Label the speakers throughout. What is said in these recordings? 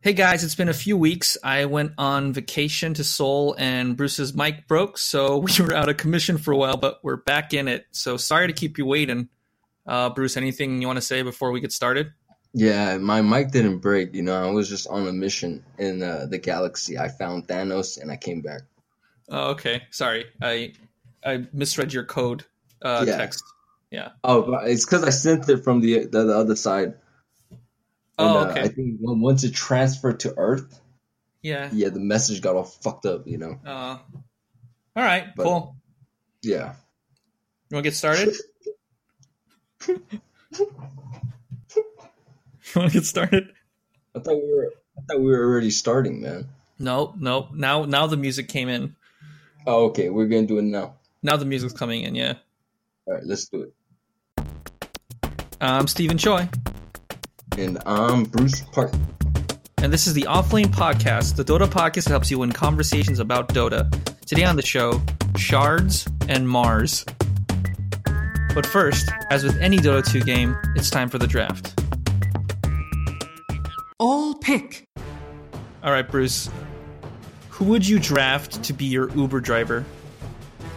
Speaker 1: Hey guys, it's been a few weeks. I went on vacation to Seoul and Bruce's mic broke, so we were out of commission for a while, but we're back in it. So sorry to keep you waiting. Uh, Bruce, anything you want to say before we get started?
Speaker 2: Yeah, my mic didn't break. You know, I was just on a mission in uh, the galaxy. I found Thanos and I came back.
Speaker 1: Oh, okay. Sorry. I I misread your code uh,
Speaker 2: Yeah.
Speaker 1: text. Yeah.
Speaker 2: Oh, but it's because I sent it from the the, the other side.
Speaker 1: Oh,
Speaker 2: uh,
Speaker 1: okay.
Speaker 2: I think when- once it transferred to Earth,
Speaker 1: yeah.
Speaker 2: yeah, the message got all fucked up. You know,
Speaker 1: Uh, all right.
Speaker 2: But-
Speaker 1: cool.
Speaker 2: yeah.
Speaker 1: You want to get started? you want to get started?
Speaker 2: I thought we were I thought we were already starting, man.
Speaker 1: No, no. Now, now the music came in.
Speaker 2: Oh, okay, we're gonna do it now.
Speaker 1: Now the music's coming in. Yeah.
Speaker 2: All right, let's do it.
Speaker 1: I'm Stephen Choi,
Speaker 2: And I'm Bruce Park.
Speaker 1: and this is the Offlane Podcast, the Dota podcast that helps you win conversations about Dota. Today on the show, shards and Mars. But first, as with any Dota 2 game, it's time for the draft.
Speaker 3: All pick.
Speaker 1: All right, Bruce. Who would you draft to be your Uber driver?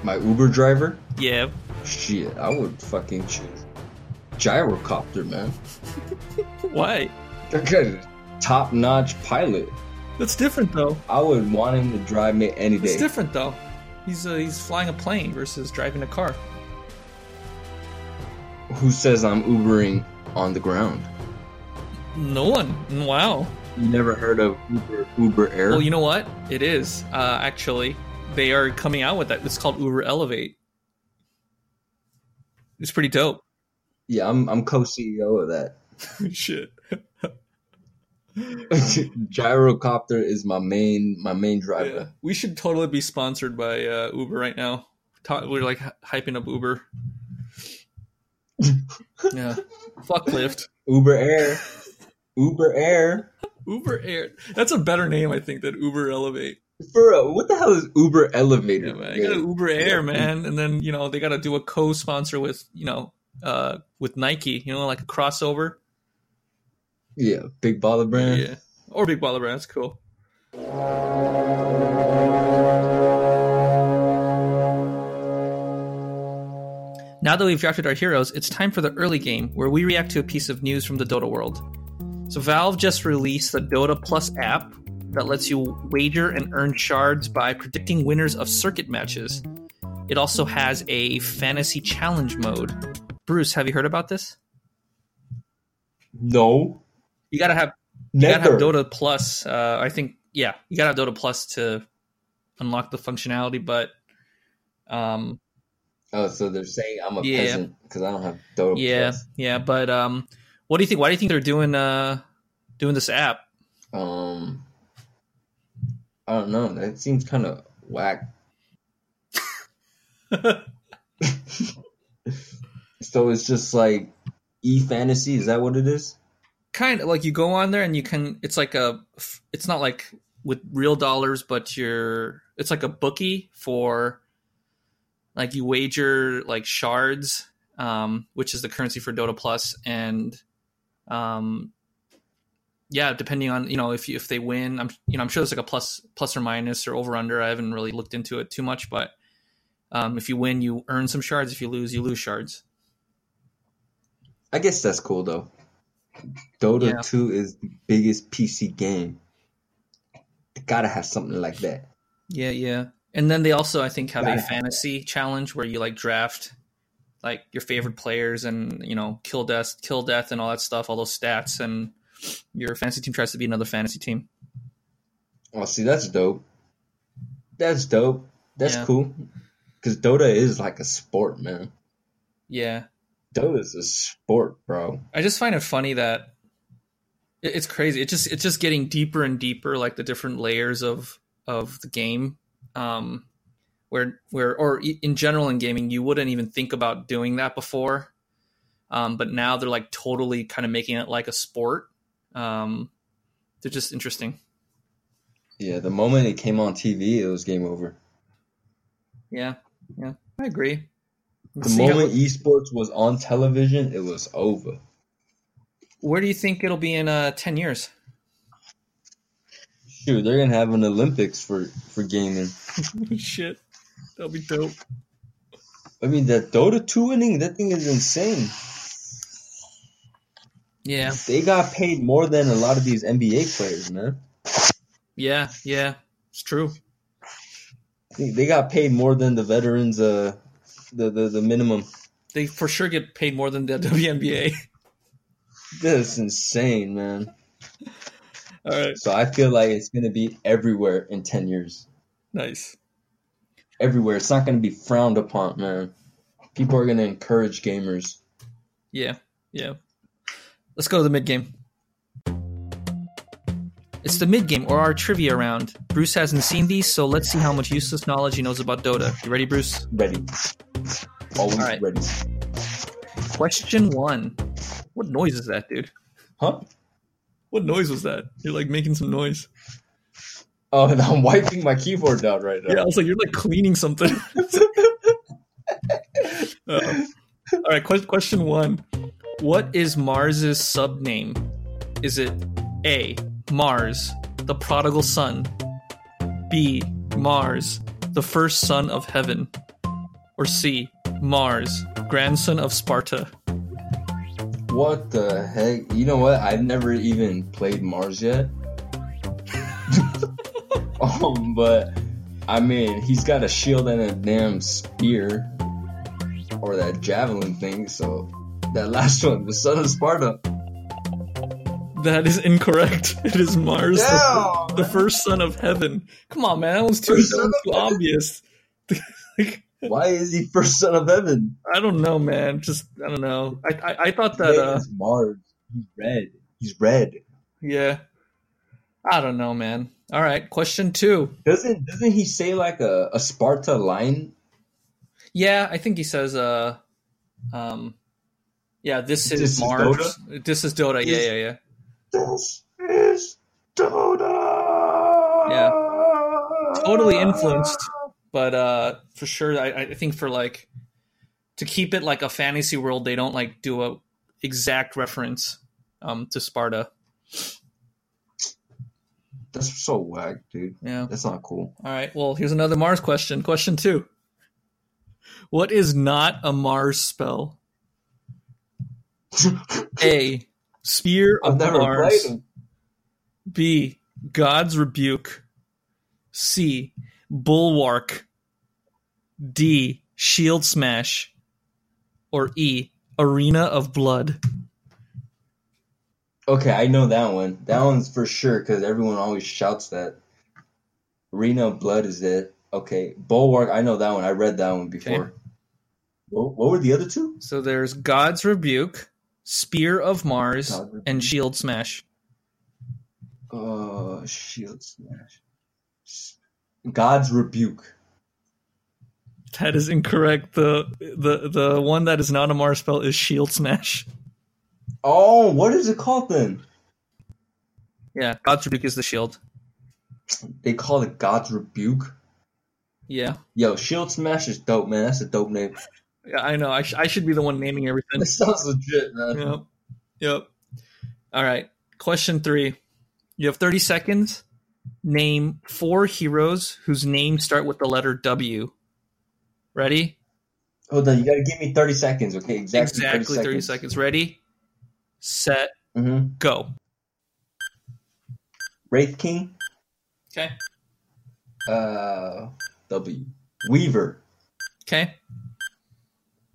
Speaker 2: My Uber driver.
Speaker 1: Yeah.
Speaker 2: Shit, I would fucking choose gyrocopter, man.
Speaker 1: Why?
Speaker 2: That guy's top notch pilot.
Speaker 1: That's different though.
Speaker 2: I would want him to drive me any
Speaker 1: It's
Speaker 2: day.
Speaker 1: different though. He's uh, he's flying a plane versus driving a car.
Speaker 2: Who says I'm Ubering on the ground?
Speaker 1: No one. Wow.
Speaker 2: You never heard of Uber Uber Air?
Speaker 1: Well, you know what? It is uh, actually. They are coming out with that. It's called Uber Elevate. It's pretty dope.
Speaker 2: yeah, I'm I'm co CEO of that.
Speaker 1: Shit.
Speaker 2: Gyrocopter is my main my main
Speaker 1: Yeah.
Speaker 2: driver.
Speaker 1: We should totally be sponsored by uh, Uber right now. Ta- we're like hy- hyping up Uber. yeah. Fuck Lyft.
Speaker 2: Uber Air. Uber Air.
Speaker 1: Uber Air. That's a better name, I think, than Uber Elevate.
Speaker 2: For real, what the hell is Uber Elevator?
Speaker 1: Yeah, man. I got Uber Air, man, and then you know they got to do a co-sponsor with you know uh with Nike, you know, like a crossover.
Speaker 2: Yeah, big baller brand.
Speaker 1: Yeah, or Big Baller Brand. That's cool. Now that we've drafted our heroes, it's time for the early game, where we react to a piece of news from the Dota world. So, Valve just released the Dota Plus app that lets you wager and earn shards by predicting winners of circuit matches. It also has a fantasy challenge mode. Bruce, have you heard about this?
Speaker 2: No.
Speaker 1: You gotta have You gotta
Speaker 2: Never.
Speaker 1: have Dota Plus. Uh, I think, yeah, you gotta have Dota Plus to unlock the functionality. But um,
Speaker 2: oh, so they're saying I'm a
Speaker 1: Yeah.
Speaker 2: peasant because I don't have Dota.
Speaker 1: yeah,
Speaker 2: Plus.
Speaker 1: yeah. But um, what do you think? Why do you think they're doing uh, doing this app?
Speaker 2: Um, I don't know. That seems kind of whack. so it's just like e fantasy. Is that what it is?
Speaker 1: Kind of like you go on there and you can. It's like a. It's not like with real dollars, but you're. It's like a bookie for, like you wager like shards, um, which is the currency for Dota Plus, and um yeah depending on you know if if they win i'm you know i'm sure there's like a plus plus or minus or over under i haven't really looked into it too much but um if you win you earn some shards if you lose you lose shards
Speaker 2: I guess that's cool though. Dota
Speaker 1: Yeah.
Speaker 2: 2 is the biggest PC game. Gotta have something like that.
Speaker 1: yeah yeah and then they also i think have
Speaker 2: Gotta
Speaker 1: a
Speaker 2: have
Speaker 1: fantasy challenge where you like draft like your favorite players and you know kill death kill death and all that stuff all those stats and your fantasy team tries to be another fantasy team
Speaker 2: Oh, see, that's dope. That's dope. That's
Speaker 1: Yeah.
Speaker 2: cool. Because Dota is like a sport, man.
Speaker 1: yeah
Speaker 2: Dota is a sport, bro.
Speaker 1: I just find it funny that it- it's crazy. It just it's just getting deeper and deeper, like the different layers of of the game, um, where where or i- in general in gaming you wouldn't even think about doing that before, um, but now they're like totally kind of making it like a sport. Um, they're just interesting.
Speaker 2: Yeah, the moment it came on TV, it was game over.
Speaker 1: Yeah, yeah, I agree.
Speaker 2: The
Speaker 1: See how-
Speaker 2: moment esports was on television, it was over.
Speaker 1: where do you think it'll be in uh, ten years?
Speaker 2: Shoot, they're gonna have an Olympics for for gaming.
Speaker 1: Shit, that'll be dope.
Speaker 2: I mean, that Dota two winning, that thing is insane.
Speaker 1: Yeah,
Speaker 2: They got paid more than a lot of these NBA players, man.
Speaker 1: yeah, yeah. It's true.
Speaker 2: They- They got paid more than the veterans, uh, the the, the minimum.
Speaker 1: They for sure get paid more than the WNBA.
Speaker 2: That's insane, man.
Speaker 1: All right,
Speaker 2: So I feel like it's gonna be everywhere in ten years.
Speaker 1: nice.
Speaker 2: Everywhere. It's not gonna be frowned upon, man. People are gonna encourage gamers.
Speaker 1: Yeah, yeah. Let's go to the mid game. It's the mid game or our trivia round. Bruce hasn't seen these, so let's see how much useless knowledge he knows about Dota. You ready, Bruce?
Speaker 2: Ready. Always
Speaker 1: Alright.
Speaker 2: ready.
Speaker 1: Question one. What noise is that, dude?
Speaker 2: Huh?
Speaker 1: What noise was that? You're like making some noise.
Speaker 2: Oh, and I'm wiping my keyboard out right now.
Speaker 1: Yeah, I was like, you're like cleaning something. Uh, all right, que- question one. What is Mars's subname? Is it A, Mars, the prodigal son? B, Mars, the first son of heaven? Or C, Mars, grandson of Sparta?
Speaker 2: What the heck? You know what? I've never even played Mars yet. um, but I mean, he's got a shield and a damn spear, or that javelin thing. So that last one, the son of Sparta.
Speaker 1: That is incorrect. It is Mars, the-
Speaker 2: Damn,
Speaker 1: the,
Speaker 2: man.
Speaker 1: first son of heaven. Come on, man. That was too,
Speaker 2: First
Speaker 1: that
Speaker 2: son
Speaker 1: was
Speaker 2: of
Speaker 1: too obvious. like,
Speaker 2: Why is he first son of heaven?
Speaker 1: I don't know, man. Just, I don't know. I, I, I thought that.
Speaker 2: That
Speaker 1: Uh,
Speaker 2: is Mars. He's red. He's red.
Speaker 1: Yeah. I don't know, man. All right, question two.
Speaker 2: Doesn't doesn't he say like a, a Sparta line?
Speaker 1: Yeah, I think he says, uh, um, yeah, this is
Speaker 2: This is
Speaker 1: Mars. This is Dota. Yeah,
Speaker 2: This-
Speaker 1: yeah, yeah.
Speaker 2: This is Dota. Yeah.
Speaker 1: Totally influenced, but uh, for sure, I, I think for like to keep it like a fantasy world, they don't like do a exact reference um to Sparta.
Speaker 2: That's so whack, dude.
Speaker 1: Yeah.
Speaker 2: That's not cool.
Speaker 1: All right. Well, here's another Mars question. Question two. What is not a Mars spell? A. Spear of
Speaker 2: I've never
Speaker 1: Mars.
Speaker 2: played him.
Speaker 1: B. God's rebuke. C. Bulwark. D. Shield smash. Or E. Arena of blood.
Speaker 2: Okay, I know that one. That one's for sure because everyone always shouts that. Arena of Blood is it? Okay, Bulwark. I know that one. I read that one before. What, what were the other two?
Speaker 1: So there's God's rebuke, Spear of Mars,
Speaker 2: God's Rebuke.
Speaker 1: and Shield smash.
Speaker 2: Uh, Shield Smash. God's Rebuke.
Speaker 1: That is incorrect. The the the one that is not a Mars spell is Shield smash.
Speaker 2: Oh, what is it called then?
Speaker 1: Yeah, God's rebuke is the shield.
Speaker 2: They call it God's Rebuke.
Speaker 1: Yeah,
Speaker 2: Yo, Shield Smash is dope, man. That's a dope name.
Speaker 1: yeah I know. I, sh- I should be the one naming everything.
Speaker 2: That sounds legit, man.
Speaker 1: Yep. Yep. All right. Question three. You have 30 seconds. Name four heroes whose names start with the letter W. Ready?
Speaker 2: Hold on, you gotta give me 30 seconds, okay? Exactly,
Speaker 1: exactly 30 seconds. Ready? Set.
Speaker 2: Mm-hmm.
Speaker 1: Go.
Speaker 2: Wraith King,
Speaker 1: Okay.
Speaker 2: uh, W. Weaver,
Speaker 1: Okay.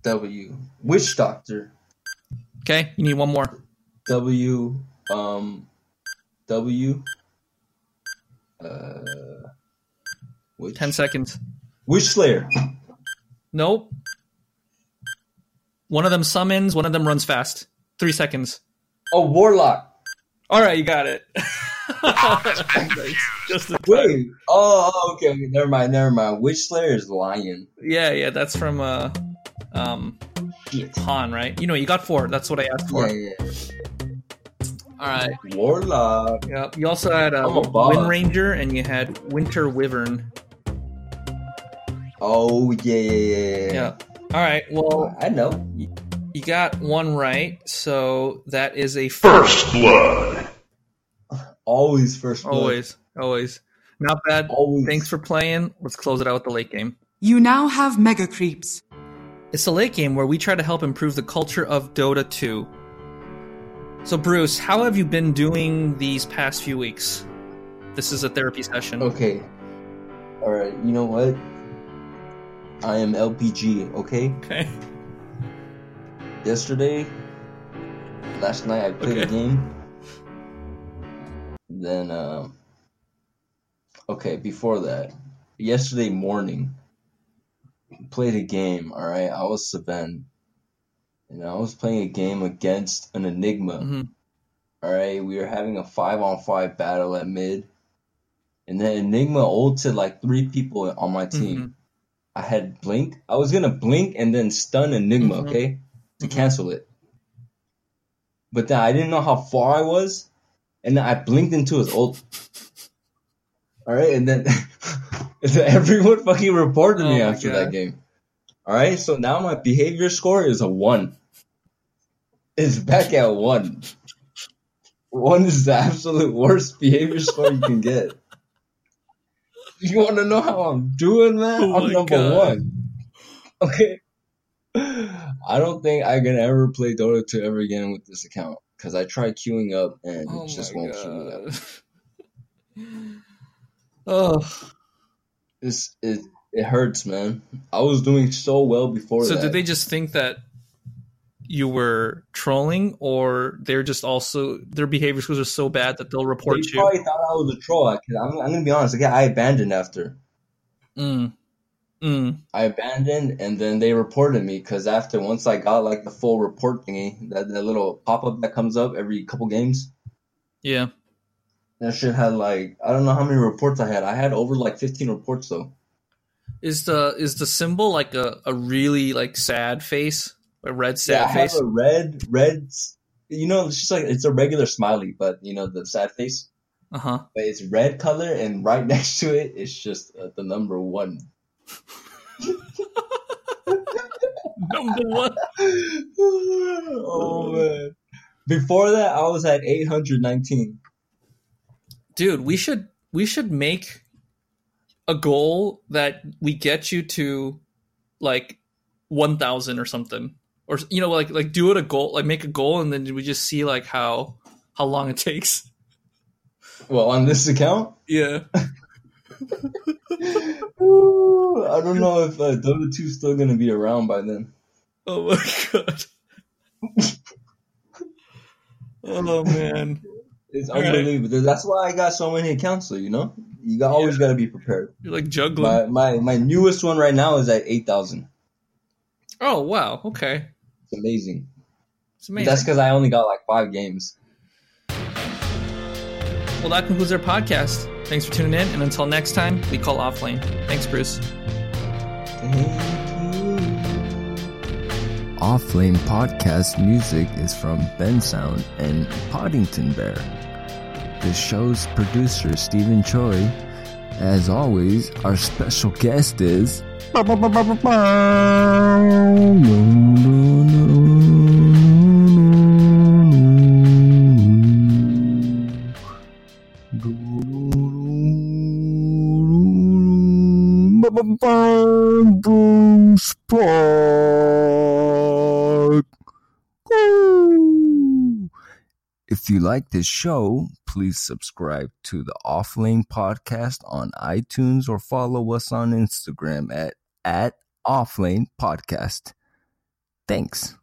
Speaker 2: W. Witch Doctor,
Speaker 1: Okay. You need one more.
Speaker 2: W. Um, W. Uh, Witch,
Speaker 1: 10 seconds.
Speaker 2: Witch Slayer.
Speaker 1: Nope. One of them summons, one of them runs fast. Three seconds.
Speaker 2: Oh, Warlock.
Speaker 1: All right. You got it. Just in time.
Speaker 2: Wait. Oh, oh, okay, okay. Never mind, never mind. Witch Slayer is Lion.
Speaker 1: Yeah, yeah, that's from uh, um,
Speaker 2: Shit.
Speaker 1: Han, right? You know, you got four. That's what I asked for.
Speaker 2: Yeah, yeah, yeah.
Speaker 1: All right.
Speaker 2: Warlock.
Speaker 1: Yeah. You also had uh,
Speaker 2: I'm a boss.
Speaker 1: Wind Ranger and you had Winter Wyvern.
Speaker 2: Oh, yeah, yeah, yeah, yeah.
Speaker 1: Yeah. All right. Well,
Speaker 2: I know.
Speaker 1: you got one right, so that is a f-
Speaker 3: First blood.
Speaker 2: Always first blood.
Speaker 1: always. Always. Not bad.
Speaker 2: Always.
Speaker 1: Thanks for playing. Let's close it out with the late game.
Speaker 3: You now have Mega Creeps.
Speaker 1: It's the late game where we try to help improve the culture of Dota 2. So, Bruce, how have you been doing these past few weeks? This is a therapy session.
Speaker 2: Okay. All right. You know what? I am LPG. Okay.
Speaker 1: Okay.
Speaker 2: Yesterday, last night I played a
Speaker 1: Okay.
Speaker 2: game. Then, um, okay, before that, yesterday morning, played a game. All right, I was Saban, and I was playing a game against an Enigma.
Speaker 1: Mhm.
Speaker 2: All right, we were having a five on five battle at mid, and then Enigma ulted like three people on my team.
Speaker 1: Mhm.
Speaker 2: I had blink. I was gonna blink and then stun Enigma,
Speaker 1: Mhm.
Speaker 2: okay, to
Speaker 1: Mhm.
Speaker 2: cancel it. But then I didn't know how far I was, and then I blinked into his ult. All right, and then, and then everyone fucking reported me
Speaker 1: Oh my
Speaker 2: after
Speaker 1: God.
Speaker 2: that game. All right, so now my behavior score is a one. It's back at one. One is the absolute worst behavior score you can get. You want to know how I'm doing, man?
Speaker 1: Oh
Speaker 2: I'm
Speaker 1: my
Speaker 2: number
Speaker 1: God.
Speaker 2: one. Okay. I don't think I can ever play Dota 2 ever again with this account because I tried queuing up and
Speaker 1: Oh
Speaker 2: it just
Speaker 1: my
Speaker 2: won't queue me up.
Speaker 1: god. oh.
Speaker 2: This it it hurts, man. I was doing so well before
Speaker 1: So
Speaker 2: that.
Speaker 1: did they just think that you were trolling, or they're just also their behavior scores are so bad that they'll report
Speaker 2: They
Speaker 1: you?
Speaker 2: probably thought I was a troll. I, I'm, I'm gonna be honest. Okay, I abandoned after.
Speaker 1: Mm. Mm.
Speaker 2: I abandoned, and then they reported me because after once I got like the full report thingy, that, that little pop up that comes up every couple games,
Speaker 1: Yeah.
Speaker 2: that shit had like I don't know how many reports I had. I had over like fifteen reports though.
Speaker 1: Is the is the symbol like a, a really like sad face, a red
Speaker 2: yeah, I
Speaker 1: sad
Speaker 2: have
Speaker 1: face?
Speaker 2: a red, red. You know, it's just like it's a regular smiley, but you know the sad face.
Speaker 1: Uh huh.
Speaker 2: But it's red color, and right next to it, it's just uh, the number one.
Speaker 1: Number one.
Speaker 2: oh man! Before that, I was at eight hundred nineteen.
Speaker 1: dude we should we should make a goal that we get you to like 1000 or something or you know like like do it a goal like make a goal and then we just see like how how long it takes
Speaker 2: Well, on this account.
Speaker 1: yeah
Speaker 2: Ooh, I don't know if uh, Dota 2 is still going to be around by then.
Speaker 1: oh my god oh man
Speaker 2: It's
Speaker 1: All right.
Speaker 2: unbelievable. That's why I got so many accounts, though, you know? You got, always got to be prepared.
Speaker 1: you're like juggling
Speaker 2: My, my my newest one right now is at 8,000.
Speaker 1: oh wow okay
Speaker 2: It's amazing.
Speaker 1: it's amazing
Speaker 2: That's because I only got like five games.
Speaker 1: well that concludes our podcast thanks for tuning in and until next time we call offlane thanks bruce
Speaker 2: Off Lane Podcast music is from Ben Sound and Poddington Bear. The show's producer, Stephen Choi. As always, our special guest is.
Speaker 4: Bruce Park.
Speaker 2: If you like this show, please subscribe to the Offlane Podcast on iTunes or follow us on Instagram at, at Offlane Podcast. Thanks.